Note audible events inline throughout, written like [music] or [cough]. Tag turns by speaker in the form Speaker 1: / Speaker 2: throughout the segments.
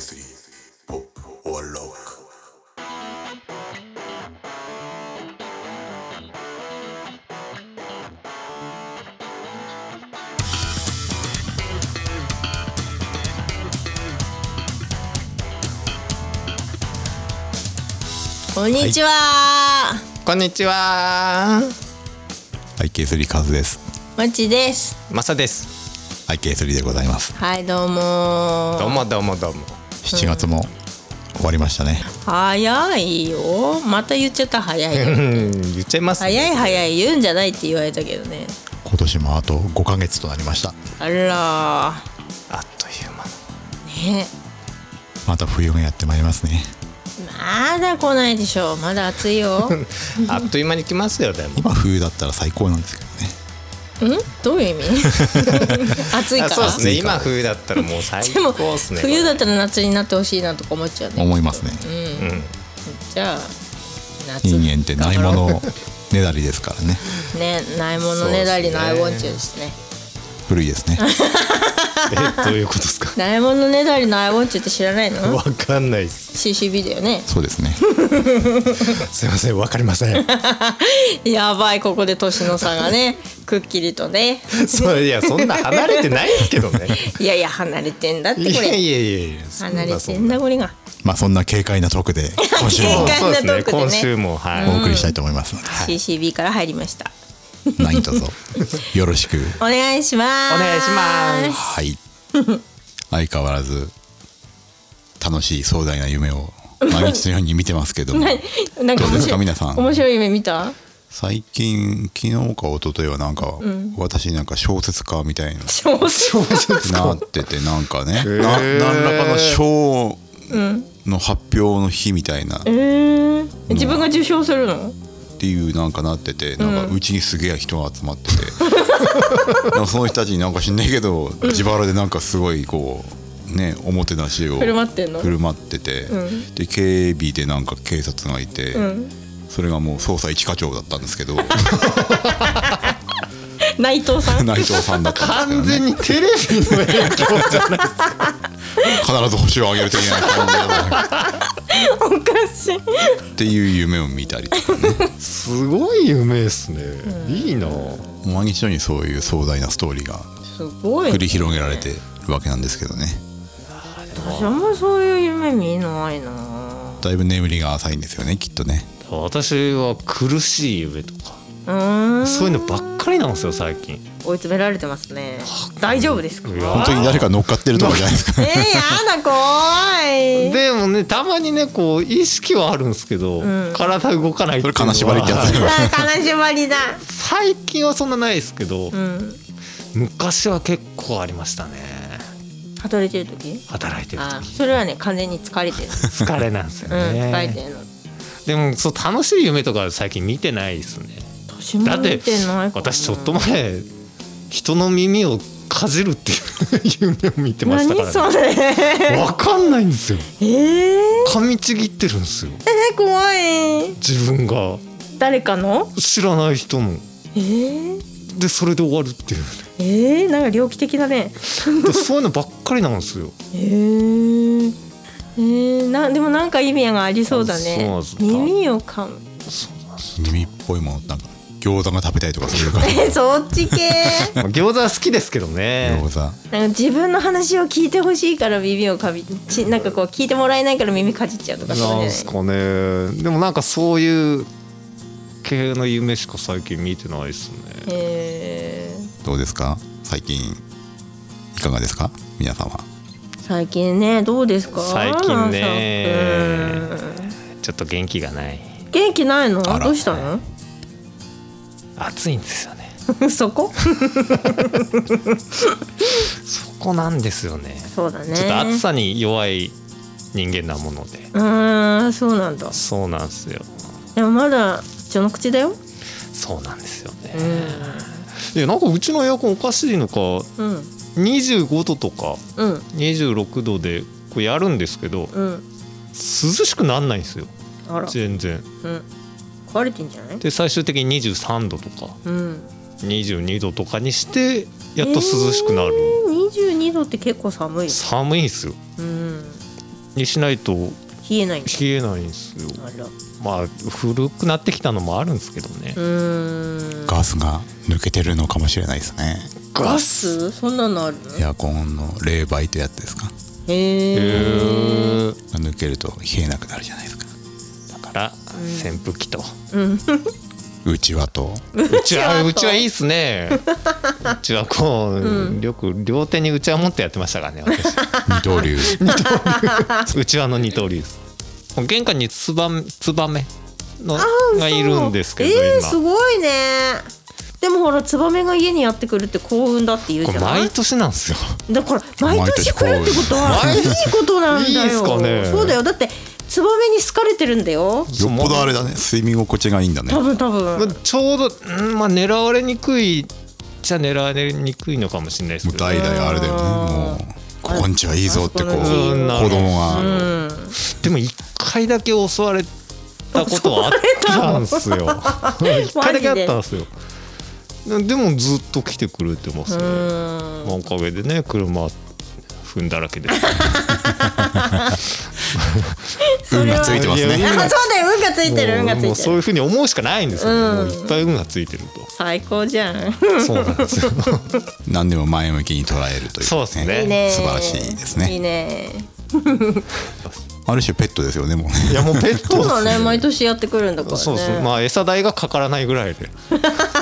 Speaker 1: IK3 ポップオアロック
Speaker 2: こんにちは、
Speaker 3: こんにちは。
Speaker 1: IK3 カズです
Speaker 2: まちです。
Speaker 3: マサです。
Speaker 1: IK3 でございます
Speaker 2: はい、どうも。
Speaker 3: どうもどうもどうも。
Speaker 1: 7月も終わりましたね
Speaker 2: 早いよ。また言っちゃった
Speaker 3: [laughs]
Speaker 2: 早いよ。
Speaker 3: うん、言っちゃいます、ね。
Speaker 2: 早い早い言うんじゃないって言われたけどね。
Speaker 1: 今年もあと5ヶ月となりました
Speaker 2: あら
Speaker 3: あっという間。
Speaker 2: ー、ね、
Speaker 1: また冬がやってまいりますね
Speaker 2: まだ来ないでしょ。まだ暑
Speaker 3: [laughs]
Speaker 2: いよ。ん
Speaker 3: あっという間に来ますよ、でも。
Speaker 1: 今冬だったら最高なんですけどね
Speaker 2: どういう意味
Speaker 3: [laughs]
Speaker 2: 暑いか
Speaker 3: あ
Speaker 2: ら
Speaker 3: そうです
Speaker 1: 暑
Speaker 3: ね。
Speaker 1: いから
Speaker 3: 今冬だったらもう最
Speaker 2: でも、
Speaker 3: 高ですね。
Speaker 2: 冬だったら夏になってほしいなとか思っちゃうね。
Speaker 1: 思いますね
Speaker 3: うん。
Speaker 2: じゃあ、夏
Speaker 1: 人間ってないものねだりですからね
Speaker 2: ね、ないものねだりのアイウォンチュですね。。
Speaker 1: 古いですね
Speaker 3: え、どういうことですか
Speaker 2: ないものねだりのアイウォンチュって知らないの
Speaker 3: わかんないです。
Speaker 2: CCB だよね
Speaker 1: そうです
Speaker 2: [laughs]
Speaker 1: ね
Speaker 3: すいません、わかりま [laughs] せん。
Speaker 2: やばいここで年の差がねくっきりとね
Speaker 3: そういや、そんな離れてないですけどね。
Speaker 2: いやいや離れてんだって
Speaker 3: い
Speaker 2: こ
Speaker 3: やいや
Speaker 2: れ
Speaker 3: いやいや。そ
Speaker 2: 離れ
Speaker 3: そ
Speaker 2: てんだこれが
Speaker 1: まあそんな軽快なトークで今週
Speaker 2: 軽
Speaker 1: も
Speaker 2: 快
Speaker 3: そうですね。
Speaker 2: こんなトークでね
Speaker 3: 今週もはい。
Speaker 1: お送りしたいと思いますので、
Speaker 2: CCB から入りました
Speaker 1: はい、何卒よろしく
Speaker 2: お願いします
Speaker 3: お願いします
Speaker 1: はい相変わらず楽しい壮大な夢
Speaker 2: [laughs]
Speaker 1: を毎日のように見てますけども
Speaker 2: す [laughs] なんか
Speaker 1: どう
Speaker 2: 面
Speaker 1: ですか
Speaker 2: 白い
Speaker 1: 皆さん
Speaker 2: 面白い夢見た
Speaker 1: 最近昨日か一昨日はなんか、私なんか小説家みたいな
Speaker 2: 小説
Speaker 1: なっててなんかね、
Speaker 3: ー
Speaker 1: な何らかの賞の発表の日みたいなっ
Speaker 2: えー自分が受賞するの
Speaker 1: ていうなんかなっててなんかうちにすげえ人が集まってて、
Speaker 2: [laughs]
Speaker 1: なんかその人たちになんか知んねえけど自腹でなんかすごいこうねおもてなしを
Speaker 2: 振る舞ってんの
Speaker 1: 振る舞ってて、で警備でなんか警察がいて、それがもう捜査一課長だったんですけど
Speaker 2: 内藤
Speaker 1: [laughs]
Speaker 2: さん
Speaker 1: 内藤さんだったんですけ
Speaker 3: [laughs]
Speaker 1: ど
Speaker 3: 完全
Speaker 1: ね。
Speaker 3: にテレビの影響じゃない。
Speaker 1: 必ず星をあげる的な感じだな
Speaker 2: おかしい
Speaker 1: っていう夢を見たりとかね
Speaker 3: すごい夢ですね。いいな。
Speaker 1: 毎日のようにそういう壮大なストーリーが
Speaker 2: すごい
Speaker 1: 繰り広げられてるわけなんですけどね
Speaker 2: 私あんまそういう夢見ないな
Speaker 1: だいぶ眠りが浅いんですよねきっとね
Speaker 4: 私は苦しい夢とか
Speaker 2: うーん
Speaker 4: そういうのばっかりなんですよ最近
Speaker 2: 追い詰められてますね大丈夫ですか
Speaker 1: 本当に誰か乗っかってるとかじゃないです
Speaker 2: え
Speaker 1: か
Speaker 2: ー、やだ怖い
Speaker 4: でもねたまにねこう意識はあるんですけど、体動かないっていうの
Speaker 1: それ金縛
Speaker 4: は
Speaker 1: りってやつ
Speaker 4: はい
Speaker 2: あー悲しばりだ
Speaker 4: 最近はそんなないですけど、
Speaker 2: うん
Speaker 4: 昔は結構ありましたね
Speaker 2: 働いてる時
Speaker 4: 働いてる
Speaker 2: あー
Speaker 4: 時
Speaker 2: それはね完全に疲
Speaker 4: [laughs]
Speaker 2: れてる
Speaker 4: 疲れなんですよ
Speaker 2: うん疲れ
Speaker 4: ね、
Speaker 2: てるの
Speaker 4: でもそう楽しい夢とか最近見てないですね
Speaker 2: 私も
Speaker 4: だっ
Speaker 2: 見
Speaker 4: て
Speaker 2: てないかな
Speaker 4: 私ちょっと前人の耳をかじるっていう夢を見てました
Speaker 2: 何
Speaker 4: から、
Speaker 2: それ
Speaker 4: ね、わかんないんですよ
Speaker 2: えー、
Speaker 4: 噛みちぎってるんですよ
Speaker 2: え怖い
Speaker 4: 自分が
Speaker 2: 誰かの
Speaker 4: 知らない人も
Speaker 2: えー、
Speaker 4: でそれで終わるっていう
Speaker 2: [laughs]
Speaker 4: ね
Speaker 2: えー、なんか猟奇的だね
Speaker 4: でそういうのばっかりなんですよ
Speaker 2: えー、えー、なでもなんか意味がありそうだね
Speaker 4: そうそう
Speaker 2: 耳をかむ
Speaker 4: そうなんです
Speaker 1: 耳っぽいものなんか餃子が食べたいとかそういう感
Speaker 2: [laughs]
Speaker 1: じ
Speaker 2: えそっち系
Speaker 4: まあ餃子は好きですけどね
Speaker 1: 餃子
Speaker 2: なんか自分の話を聞いてほしいから耳をかびちなんかこう聞いてもらえないから耳かじっちゃうとかそういうんじゃ
Speaker 4: なん
Speaker 2: ない
Speaker 4: すかねでもなんかそういう系の夢しか最近見てないですね
Speaker 2: えー
Speaker 1: どうですか最近いかがですか皆様
Speaker 2: 最近ねどうですか
Speaker 4: 最近ね
Speaker 2: マンさんうん
Speaker 4: ちょっと元気がない
Speaker 2: 元気ないの
Speaker 1: あら
Speaker 2: どうしたの [laughs]
Speaker 4: 暑いんですよね
Speaker 2: そこ
Speaker 4: そこなんですよね
Speaker 2: そうだね
Speaker 4: ちょっと暑さに弱い人間なもので
Speaker 2: うーんそうなんだ
Speaker 4: そうなんですよ
Speaker 2: でもまだ序の口だよ
Speaker 4: そうなんですよね、
Speaker 2: う
Speaker 4: いやなんかうちのエアコンおかしいのか
Speaker 2: んうん
Speaker 4: 25度とか
Speaker 2: うん
Speaker 4: 26度でこうやるんですけど
Speaker 2: うん
Speaker 4: 涼しくなんないんですよ
Speaker 2: あら
Speaker 4: 全然
Speaker 2: うん壊れてんじゃない
Speaker 4: で最終的に23度とか
Speaker 2: うん
Speaker 4: 22度とかにしてやっと涼しくなる、
Speaker 2: えー22度って結構寒いよ
Speaker 4: 寒いんですよ
Speaker 2: うん
Speaker 4: にしないと
Speaker 2: 冷えないんだ
Speaker 4: 冷えないんですよ
Speaker 2: あらう
Speaker 4: まあ古くなってきたのもあるんですけどね
Speaker 2: ーん
Speaker 1: ガスが抜けてるのかもしれないですね
Speaker 2: ガスそんなのあるの
Speaker 1: エアコンの冷媒ってやつですか
Speaker 2: へえ
Speaker 4: へえ
Speaker 1: 抜けると冷えなくなるじゃないですか
Speaker 4: だから扇風機とう
Speaker 1: うちわと
Speaker 4: ちは [laughs] うちはいいっすねうちはこうよく両手にうちは持ってやってましたからね私
Speaker 1: 二刀流
Speaker 4: [laughs] うちわの二刀流ですもう玄関にツバメツバメのがいるんですけど
Speaker 2: えー、す
Speaker 4: 今
Speaker 2: ごいねでもほらツバメが家にやってくるって幸運だって言う
Speaker 4: こ
Speaker 2: じ
Speaker 4: れ
Speaker 2: ゃない
Speaker 4: 毎年なんですよ
Speaker 2: だから毎年来るってことはい
Speaker 4: 毎
Speaker 2: いことなんだよ
Speaker 4: いいですかね
Speaker 2: そうだよだってツバメに好かれてるんだよ
Speaker 1: よっぽどあれだね睡眠心地がいいんだね
Speaker 2: 多分多
Speaker 4: まあ
Speaker 2: 分
Speaker 4: ちょうど、うんまあ、狙われにくいじゃ狙われにくいのかもしれないです
Speaker 1: も
Speaker 4: け
Speaker 1: う
Speaker 4: ど
Speaker 1: 代々あれだよねもうここんちはいいぞってこう
Speaker 2: あ
Speaker 1: 子
Speaker 2: そこ
Speaker 4: の地
Speaker 1: 供が
Speaker 2: うん
Speaker 4: でも一回だけ襲われたことはあったんですよ
Speaker 2: [laughs]
Speaker 4: 一回だけあったんですよでもずっと来てくれてますね、
Speaker 2: うん
Speaker 4: まあ、おかげでね車踏んだ
Speaker 2: [laughs]
Speaker 4: らけで
Speaker 1: 運がついてます
Speaker 4: いやい
Speaker 1: ね
Speaker 4: や
Speaker 2: あそうだよ運がついてる運がつ
Speaker 4: もうもう
Speaker 2: いて
Speaker 4: そういう
Speaker 2: る
Speaker 4: ふうに思うしかないんですよ、
Speaker 2: うん
Speaker 4: もういっぱい運がついてる
Speaker 2: 最高じゃん
Speaker 4: と
Speaker 2: [laughs]
Speaker 4: そうなんですよ
Speaker 1: 何でも前向きに捉えるという
Speaker 4: そうですね
Speaker 2: いいね
Speaker 1: 素晴らしいですね
Speaker 2: いいね
Speaker 1: ある種ペットですよねもうね
Speaker 4: いやもうペッ
Speaker 2: そ
Speaker 4: ト
Speaker 2: うだね毎年やってくるんだからね
Speaker 4: そうそうまあ餌代がかからないぐらいで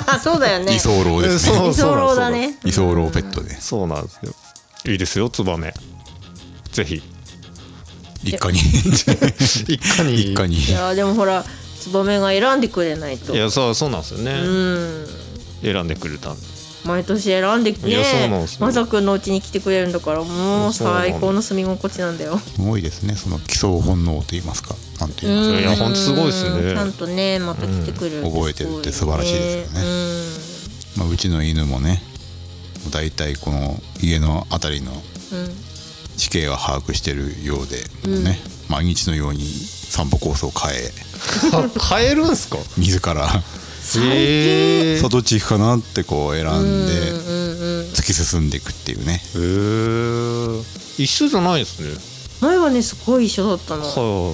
Speaker 2: あそうだよね
Speaker 1: 居候ですね
Speaker 4: そう
Speaker 2: 居候だね
Speaker 1: 居候ペットで
Speaker 4: そうなんですよ。いいですよ、ツバメ。ぜひ。
Speaker 1: 一家に
Speaker 4: 一家に。
Speaker 1: [laughs] 一家に
Speaker 2: いやでもほらツバメが選んでくれないと
Speaker 4: いや、そう、そうなんですよね。
Speaker 2: うん
Speaker 4: 選んでく
Speaker 2: [laughs]
Speaker 4: れたんで。
Speaker 2: 毎年選んで
Speaker 4: いやそうなん
Speaker 2: ね
Speaker 4: ですよ
Speaker 2: まさくんのうちに来てくれるんだからもう
Speaker 4: そうなんです
Speaker 2: 最高の住み心地なんだよ
Speaker 1: すごいですねその基礎本能と言いますかなんて言いますか
Speaker 4: いやほんとすごいですね
Speaker 2: うんちゃんとねまた来てくれる
Speaker 1: うん覚えてるって素晴らしいですよねまあ、うちの犬もねだいたいこの家の辺りの
Speaker 2: うんうん
Speaker 1: 地形は把握してるようで、ね毎日のように散歩コースを変え
Speaker 4: 買えるんすか。
Speaker 1: 自ら
Speaker 4: ええ
Speaker 1: さあどっち行くかなってこう選んで
Speaker 2: うんうん
Speaker 1: 突き進んでいくっていうね
Speaker 4: え一緒じゃないですね。
Speaker 2: 前はねすごい一緒だったの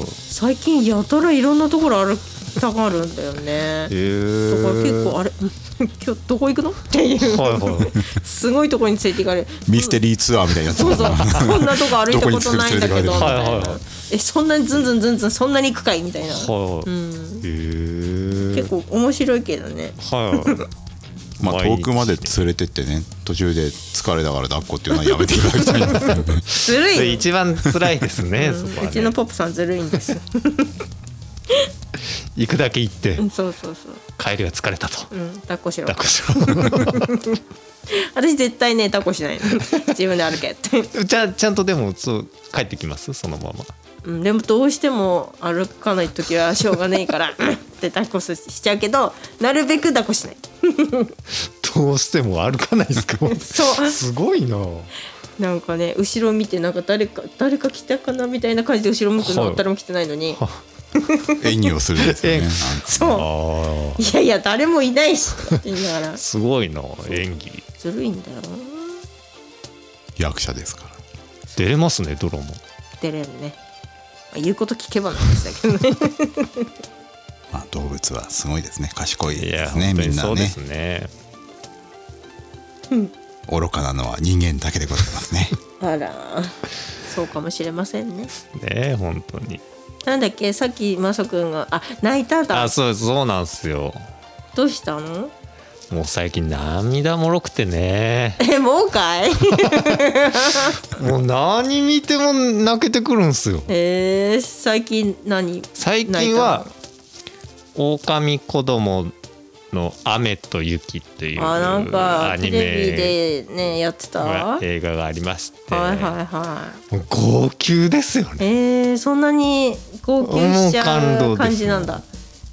Speaker 4: は
Speaker 2: 最近やたらいろんなところ歩きたがるんだよね
Speaker 4: い。ええ
Speaker 2: だから結構あれ [laughs] 今日どこ行くのっていう
Speaker 4: はいはい。
Speaker 2: すごいところに連れて行かれる
Speaker 1: ミステリーツアーみたいなやつ
Speaker 2: そうそうこんなとこ歩いた
Speaker 1: どこ
Speaker 2: こ
Speaker 1: に
Speaker 2: とないんだ
Speaker 1: 連れてかれ
Speaker 2: けどみ
Speaker 1: てる
Speaker 2: た
Speaker 4: はいいはい
Speaker 2: な
Speaker 4: はい
Speaker 2: えそんなにずんずんずんずんそんなに行くかいみたいな
Speaker 4: はい。
Speaker 2: うん
Speaker 4: ええ
Speaker 2: 結構面白いけどね
Speaker 4: はい。
Speaker 1: [laughs] まあ、遠くまで連れてってね途中で疲れだから抱っこっていうのはやめていただきたいんですけど
Speaker 2: [laughs]
Speaker 1: ね
Speaker 2: ずる
Speaker 4: それ
Speaker 2: い
Speaker 4: 一番辛いですね。そこは
Speaker 2: うちの
Speaker 4: ね。
Speaker 2: ポップさんずるいんですよ
Speaker 4: 行くだけ行って
Speaker 2: [laughs] う、んそうそうそう
Speaker 4: 帰りは疲れたと。
Speaker 2: うん抱っこしろ
Speaker 4: 抱っこしろ
Speaker 2: 私絶対ね抱っこしないの自分で歩けって
Speaker 4: じゃあ、ちゃんとでも、そう、帰ってきます。そのまま。
Speaker 2: うんでもどうしても歩かない時はしょうがないからうんって抱っこしちゃうけどなるべく抱っこしない
Speaker 4: どうしても歩かないで
Speaker 2: [laughs]
Speaker 4: すか。
Speaker 2: そう
Speaker 3: すごいな。
Speaker 2: なんかね後ろ見てなんか誰か誰か来たかなみたいな感じで後ろ向く
Speaker 4: は
Speaker 2: の
Speaker 4: い
Speaker 2: 誰も来てないのに
Speaker 1: 演技をするんですよねなんか
Speaker 2: そ
Speaker 4: あ
Speaker 2: ういやいや誰もいないしって言いながら
Speaker 4: あすごいな演技
Speaker 2: ずるいんだよ
Speaker 1: 役者ですから
Speaker 4: 出れますねドラマ
Speaker 2: 出れるねまあ言うこと聞けばなんですだけどね
Speaker 1: まあ、動物はすごいですね賢い
Speaker 4: い
Speaker 1: で
Speaker 4: や
Speaker 1: すね
Speaker 4: 本当
Speaker 1: み
Speaker 4: に
Speaker 1: ん
Speaker 4: そ
Speaker 1: な
Speaker 4: うで
Speaker 1: ね
Speaker 4: すね
Speaker 1: 愚かなのは人間だけでございますね
Speaker 2: あらそうかもしれませんね
Speaker 4: ね本当に
Speaker 2: なんだっけさっきまさくんがあ泣いただ
Speaker 4: あそうそうなんですよ
Speaker 2: どうしたの
Speaker 4: もう最近涙もろくてね
Speaker 2: えもう
Speaker 4: [laughs]
Speaker 2: かい
Speaker 4: もう何見ても泣けてくるんすよ
Speaker 2: えー、最近何
Speaker 4: 最近は「狼子供の雨と雪」っていう
Speaker 2: あなんか
Speaker 4: ア
Speaker 2: テ
Speaker 4: ニメ
Speaker 2: レビでねやってた
Speaker 4: が
Speaker 2: はい
Speaker 4: 映画がありまして
Speaker 2: はいは
Speaker 4: もう号泣ですよね
Speaker 2: いえー、そんなに号泣しち
Speaker 4: もう感動
Speaker 2: ゃう
Speaker 4: ですね
Speaker 2: 感じなんだ、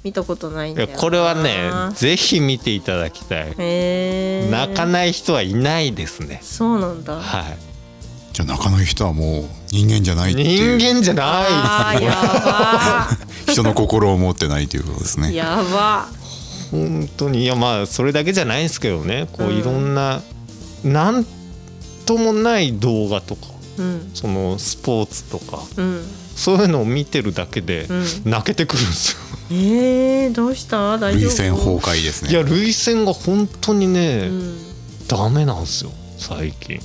Speaker 2: 見たことないん
Speaker 4: い
Speaker 2: だ
Speaker 4: や
Speaker 2: よな
Speaker 4: これはねぜひ見ていただきたい、
Speaker 2: えー、
Speaker 4: 泣かない人はいないですね
Speaker 2: そうなんだ
Speaker 4: は
Speaker 1: じゃあ泣かない人はもう人間じゃない
Speaker 4: い
Speaker 1: って
Speaker 4: 人
Speaker 1: いう
Speaker 4: 間じゃな
Speaker 2: あーや
Speaker 1: 人の心を持ってないということです
Speaker 2: ば
Speaker 1: ね
Speaker 2: [laughs] やば
Speaker 4: い本当にいやまあそれだけじゃないんですけどねこういろんな、なんともない動画とか
Speaker 2: うん
Speaker 4: そのスポーツとか
Speaker 2: うん
Speaker 4: そういうのを見てるだけで
Speaker 2: う
Speaker 4: 泣けてくるんですよ、
Speaker 2: えー、どうした大丈
Speaker 1: 涙
Speaker 2: 夫
Speaker 1: 腺崩壊です
Speaker 4: いや
Speaker 1: ね
Speaker 4: 涙腺が本当にね、
Speaker 2: うん、
Speaker 4: ダメなんですよ最近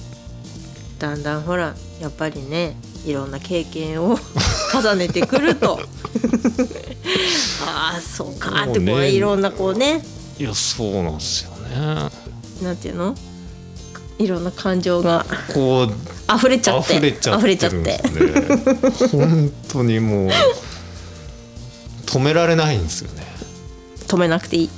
Speaker 2: だんだんほらやっぱりねいろんな経験を [laughs] 重ねてくると [laughs] ああそうかってこ
Speaker 4: もう
Speaker 2: う
Speaker 4: ね
Speaker 2: いろんなこうね
Speaker 4: いやそうなんですよね
Speaker 2: なんていうのいろんな感情が
Speaker 4: こう
Speaker 2: 溢れちゃって
Speaker 4: 溢れちゃって
Speaker 2: 溢れちゃって
Speaker 4: るんですね本当にもう止められないんですよね
Speaker 2: 止めなくていい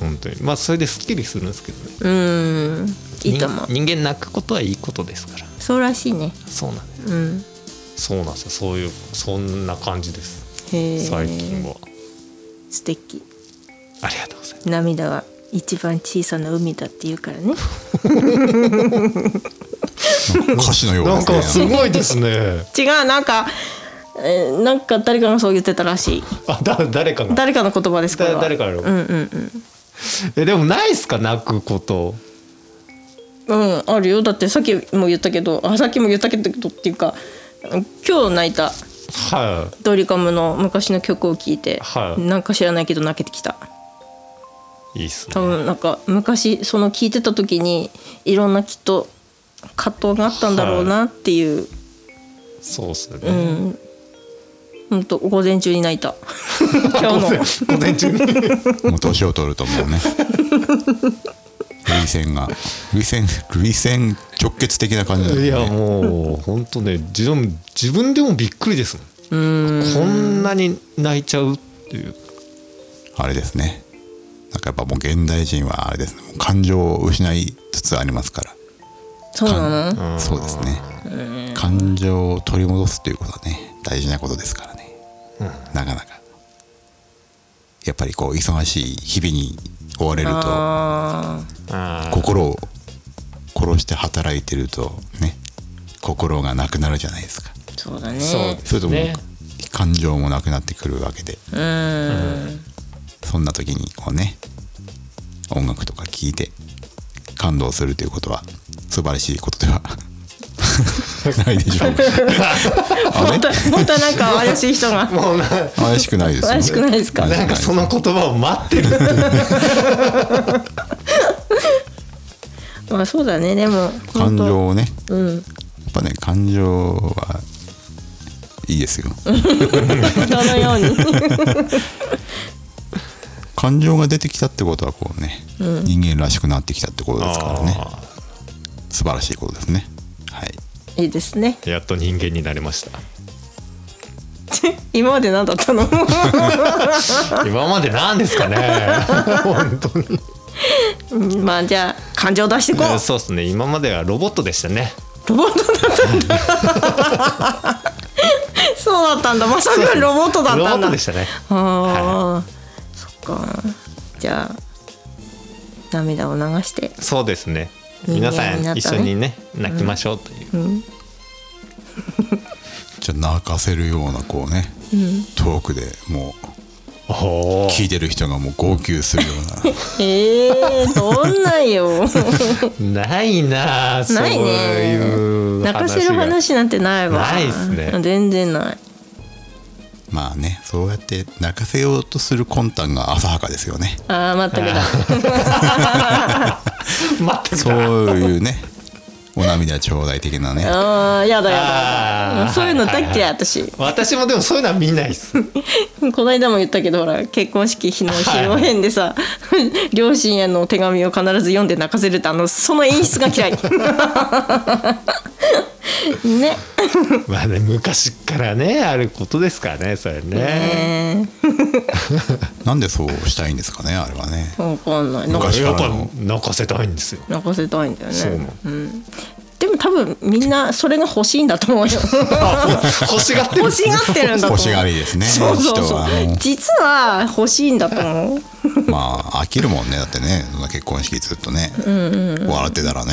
Speaker 4: 本当にまあそれですっきりするんですけどね
Speaker 2: うーんいいと思う
Speaker 4: 人間泣くことはいいことですから
Speaker 2: そうらしいね
Speaker 4: そうなんで
Speaker 2: う
Speaker 4: す
Speaker 2: ん
Speaker 4: そうなんですよそういうそんな感じです
Speaker 2: へえ
Speaker 4: 最近は、
Speaker 2: 素敵
Speaker 4: ありがとうございます
Speaker 2: 涙は一番小さな海だって言うからね
Speaker 1: 歌詞のよう
Speaker 4: なんか
Speaker 1: です
Speaker 4: す
Speaker 1: ね
Speaker 4: ごいですね
Speaker 2: [laughs] 違うなんか、えーなんか誰かがそう言ってたらしい
Speaker 4: あだ誰かが
Speaker 2: 誰かの言葉ですこれは
Speaker 4: だ誰かやろ
Speaker 2: うんうん
Speaker 4: えでもないっすか泣くこと
Speaker 2: うんうんあるよだってさっきも言ったけどあさっきも言ったけどっていうか今日泣いた
Speaker 4: はい、
Speaker 2: ドリカムの昔の曲を聴いて、
Speaker 4: はい
Speaker 2: なんか知らないけど泣けてきた
Speaker 4: いいっすね
Speaker 2: 多分なんか昔その聴いてた時にいろんなきっと葛藤があったんだろうなっていう、
Speaker 4: そうっすね、
Speaker 2: うんほんと午前中に泣い
Speaker 4: [laughs]
Speaker 2: た今日の
Speaker 4: 午前中に
Speaker 2: [laughs]
Speaker 1: もう年を取るともうね涙腺が涙腺涙腺直結的な感じなん
Speaker 4: い
Speaker 1: で、
Speaker 4: や
Speaker 1: ね、
Speaker 4: もう本当ね自分自分でもびっくりですもんこんなに泣いちゃうっていう
Speaker 1: あれですねなんかやっぱもう現代人はあれですねもう感情を失いつつありますから
Speaker 2: そうなの
Speaker 1: そうですね。感情を取り戻すということはね、大事なことですからね。なかなか。やっぱりこう忙しい日々に追われると、
Speaker 2: あー
Speaker 4: あ
Speaker 1: 心を殺して働いてるとね、心がなくなるじゃないですか。
Speaker 2: そうだね
Speaker 4: そう
Speaker 1: それとも
Speaker 4: ね
Speaker 1: 感情もなくなってくるわけで、
Speaker 2: うん
Speaker 1: そんな時にこうね、音楽とか聴いて感動するということは素晴らしいことでは [laughs] ないでしょうか。あ
Speaker 2: ま
Speaker 1: れ
Speaker 2: たまたなんか怪しい人が
Speaker 4: もうな
Speaker 1: 怪しくないですよ
Speaker 2: 怪しくないですか
Speaker 4: なんかその言葉を待ってる
Speaker 2: まあそうだねでも
Speaker 1: 感
Speaker 2: 本当
Speaker 1: 情をね
Speaker 2: うん
Speaker 1: やっぱね感情はいいですよ
Speaker 2: 人のように
Speaker 1: 感情が出てきたってことはこうね、人間らしくなってきたってことですからね
Speaker 4: あ
Speaker 1: 素晴らしいことですねはい
Speaker 2: いいですね
Speaker 4: ーやっと人間になりました
Speaker 2: 今まで何だったの
Speaker 4: 今まで何です
Speaker 2: [laughs]
Speaker 4: かね本当に
Speaker 2: うんまあじゃあ感情出してこ
Speaker 4: ね
Speaker 2: う
Speaker 4: そうですね今まではロボットでしたね
Speaker 2: ロボットだったんだそうだったんだまさかロボットだっ
Speaker 4: ロボ
Speaker 2: たん
Speaker 4: ット
Speaker 2: だ
Speaker 4: でしたね
Speaker 2: あーそっかじゃあ涙を流して
Speaker 4: そうですね
Speaker 2: 人間
Speaker 4: 皆さ
Speaker 2: になんった
Speaker 4: 一
Speaker 2: ね
Speaker 4: 緒にね泣きましょうという、
Speaker 1: じゃあ泣かせるようなこうね、トークでも
Speaker 4: お
Speaker 1: う
Speaker 4: ー
Speaker 1: 聞いてる人がもう号泣するよう
Speaker 2: [laughs]
Speaker 1: な
Speaker 2: えー、どんなんよ
Speaker 4: ないなあそう
Speaker 2: ないね
Speaker 4: いう
Speaker 2: 泣かせる
Speaker 4: [laughs] 話
Speaker 2: 話なんてないわ
Speaker 4: ないっすね
Speaker 2: 全然ない
Speaker 1: まあねそうやって泣かせようとする魂胆が浅はかですよね
Speaker 2: ああ全くだ
Speaker 4: が全く
Speaker 1: そういうねお涙ちょうだい的なね
Speaker 2: あーやだやだや
Speaker 4: あ
Speaker 2: だ
Speaker 4: ー
Speaker 2: そういうの大っ嫌い
Speaker 4: は
Speaker 2: 私
Speaker 4: 私もでもそういうのは見ない
Speaker 2: [laughs]
Speaker 4: っす
Speaker 2: この間も言ったけどほら結婚式日の披露宴でさ両親への手紙を必ず読んで泣かせるってあのその演出が嫌いね
Speaker 4: まあね昔からねあることですからねそれね
Speaker 2: え
Speaker 1: なんでそうしたいんですかねあれはね
Speaker 2: ー、わかんないなん
Speaker 4: だ
Speaker 2: か
Speaker 4: からやっ
Speaker 1: 昔から
Speaker 4: ぱ
Speaker 1: の
Speaker 4: 泣かせたいんですよ
Speaker 2: 泣かせたいんだよね
Speaker 4: そうなの
Speaker 2: でも多分みんなそれが欲しいんだと思うよ
Speaker 4: 欲しがってる
Speaker 2: 欲しがってるんだと思
Speaker 1: 欲
Speaker 2: う
Speaker 1: しがりですね
Speaker 2: そうそう
Speaker 1: 人
Speaker 2: そう
Speaker 1: はもう
Speaker 2: 実は欲しいんだと思う
Speaker 1: まあ飽きるもんねだってねそんな結婚式ずっとね、笑ってたらね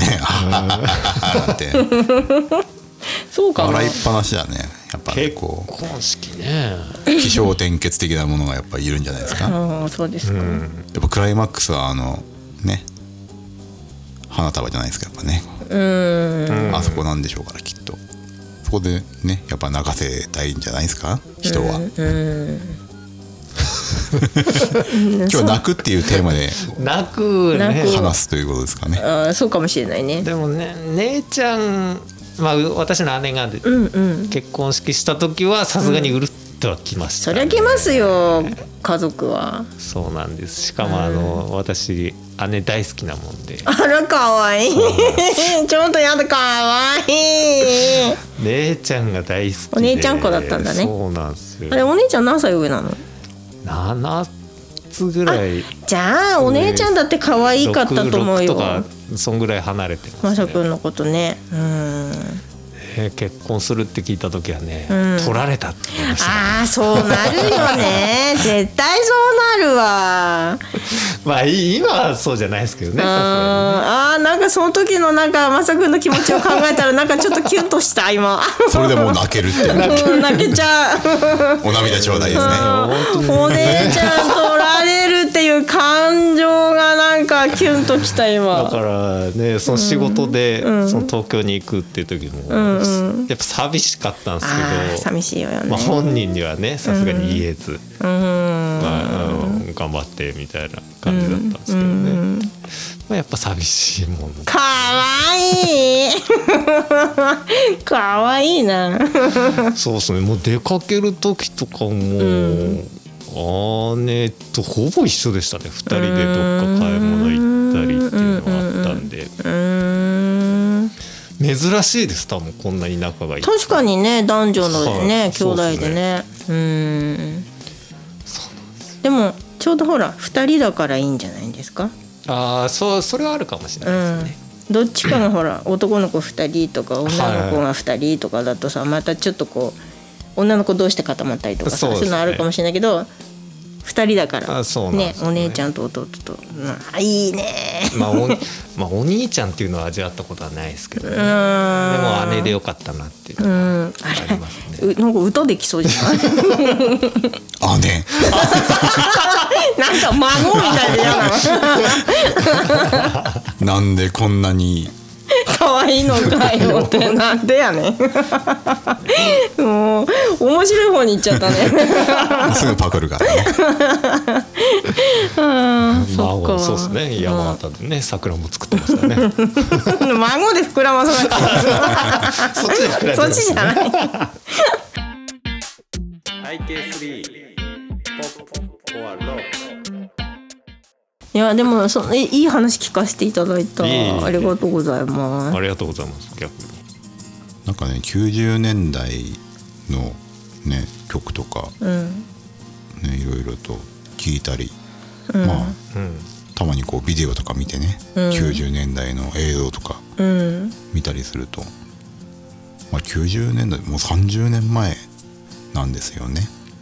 Speaker 1: なんて
Speaker 2: そうかな
Speaker 1: 笑いっぱなしだねやっぱね
Speaker 4: 結
Speaker 1: こう
Speaker 4: 婚式ね
Speaker 1: 起承転結的なものがやっぱいるんじゃないですかやっ
Speaker 2: ああそうですか、
Speaker 1: ぱクライマックスはあのね花束じゃないですかやっぱねあそこなんでしょうからきっとそこでねやっぱ泣かせたいんじゃないですか人は、 [laughs] 今日は泣くっていうテーマで
Speaker 4: 泣く
Speaker 2: 泣
Speaker 4: ね
Speaker 2: く
Speaker 1: 話すということですかね
Speaker 2: あーそうかもしれないね
Speaker 4: でもね姉ちゃんまあう私の姉がで
Speaker 2: うんうん
Speaker 4: 結婚式した時はさすがにうるっとはきました
Speaker 2: そ
Speaker 4: ね、
Speaker 2: りゃ来ますよ家族は
Speaker 4: そうなんですしかもあの私姉大好きなもんで
Speaker 2: あらかわいい [laughs] ちょっとやだかわいい
Speaker 4: 姉ちゃんが大好きで
Speaker 2: お姉ちゃん子だったんだね
Speaker 4: そうなんですよ
Speaker 2: あれお姉ちゃん何歳上なの
Speaker 4: 7つぐらい
Speaker 2: じゃあお姉ちゃんだって可愛かったと思う
Speaker 4: 6
Speaker 2: よ
Speaker 4: とかそんぐらい離れてま
Speaker 2: ますさ
Speaker 4: ね
Speaker 2: くんのことねうん
Speaker 4: えー結婚するって聞いた時はね、
Speaker 2: うん
Speaker 4: 取られたって言いました
Speaker 2: ああそうなるよ
Speaker 4: [laughs]
Speaker 2: ね絶対そうなるわ
Speaker 4: まあい今はそうじゃないですけどねさ
Speaker 2: あーあーなんかその時のなんかまさくんの気持ちを考えたらなんかちょっとキュンとした
Speaker 4: [laughs]
Speaker 2: 今
Speaker 1: それでもう泣けるっていう
Speaker 2: うん泣けちゃう
Speaker 1: お涙ちょうだいですね
Speaker 2: お姉ちゃん取られるっていう感情がなんかキュンときた
Speaker 4: すがにだか
Speaker 2: 今
Speaker 4: らねその仕事で、その東京に行くっていう時も、やっぱ寂しかったんです
Speaker 2: あー
Speaker 4: けど、
Speaker 2: 寂しいよね、
Speaker 4: まあ、本人にはねさすがに言えず、
Speaker 2: うん
Speaker 4: まあ、あの頑張ってみたいな感じだったんですけどね、まあ、やっぱ寂しいもん
Speaker 2: かわいいかわいいな
Speaker 4: そうですねもう出かける時とかも、姉とほぼ一緒でしたね2人でどっか買い物行ったりっていうのがあったんで
Speaker 2: うーん
Speaker 4: 珍しいです多分こんなに仲がいい
Speaker 2: 確かにね男女のね、
Speaker 4: はい
Speaker 2: 兄弟でねうーんでもちょうどほら2人だからいいんじゃないんですか
Speaker 4: ああそうそれはあるかもしれ
Speaker 2: う
Speaker 4: ない
Speaker 2: ん
Speaker 4: ですね、
Speaker 2: どっちかがほら男の子2人とか女の子
Speaker 4: は
Speaker 2: が2人とかだとさまたちょっとこう女の子同士で固まったりとかさ
Speaker 4: そ
Speaker 2: そうう,、
Speaker 4: で
Speaker 2: い
Speaker 4: すね
Speaker 2: うのあるかもしれないけど2人だから
Speaker 4: あそうなんですね
Speaker 2: お姉ちゃんと弟と、うんあいいね
Speaker 4: まあおまあお兄ちゃんっていうのは味わったことはないですけど、ね、で
Speaker 2: う
Speaker 4: も
Speaker 2: ん
Speaker 4: 姉でよかったなっていう
Speaker 2: う
Speaker 4: のは
Speaker 2: んあ
Speaker 4: あります
Speaker 2: れ
Speaker 4: ね
Speaker 2: うなんか歌できそうじゃない
Speaker 1: あね
Speaker 2: なんか孫みたいで嫌な [laughs]
Speaker 1: なんでこんなに
Speaker 2: 可愛いのかよってなんでやねんもう面白い方に行っちゃったね
Speaker 1: すぐパクるからね
Speaker 2: うんそっ
Speaker 4: ま
Speaker 2: か
Speaker 4: あそうですね山形でね桜も作ってましたね
Speaker 2: [laughs] 孫で膨らまさなく
Speaker 4: そっちで膨らんで
Speaker 2: て
Speaker 4: ま
Speaker 2: そっち
Speaker 4: す
Speaker 2: じゃないいやでもそえいい話聞かせていただいた
Speaker 4: いえいえ
Speaker 2: ありがとうございます
Speaker 4: ありがとうございます逆に
Speaker 1: なんかね90年代のね曲とか、
Speaker 2: うん
Speaker 1: ね、いろいろと聞いたり、まあ
Speaker 4: うん
Speaker 1: たまにこうビデオとか見てね、90年代の映像とか
Speaker 2: うん
Speaker 1: 見たりすると、まあ、90年代もう30年前なんですよね、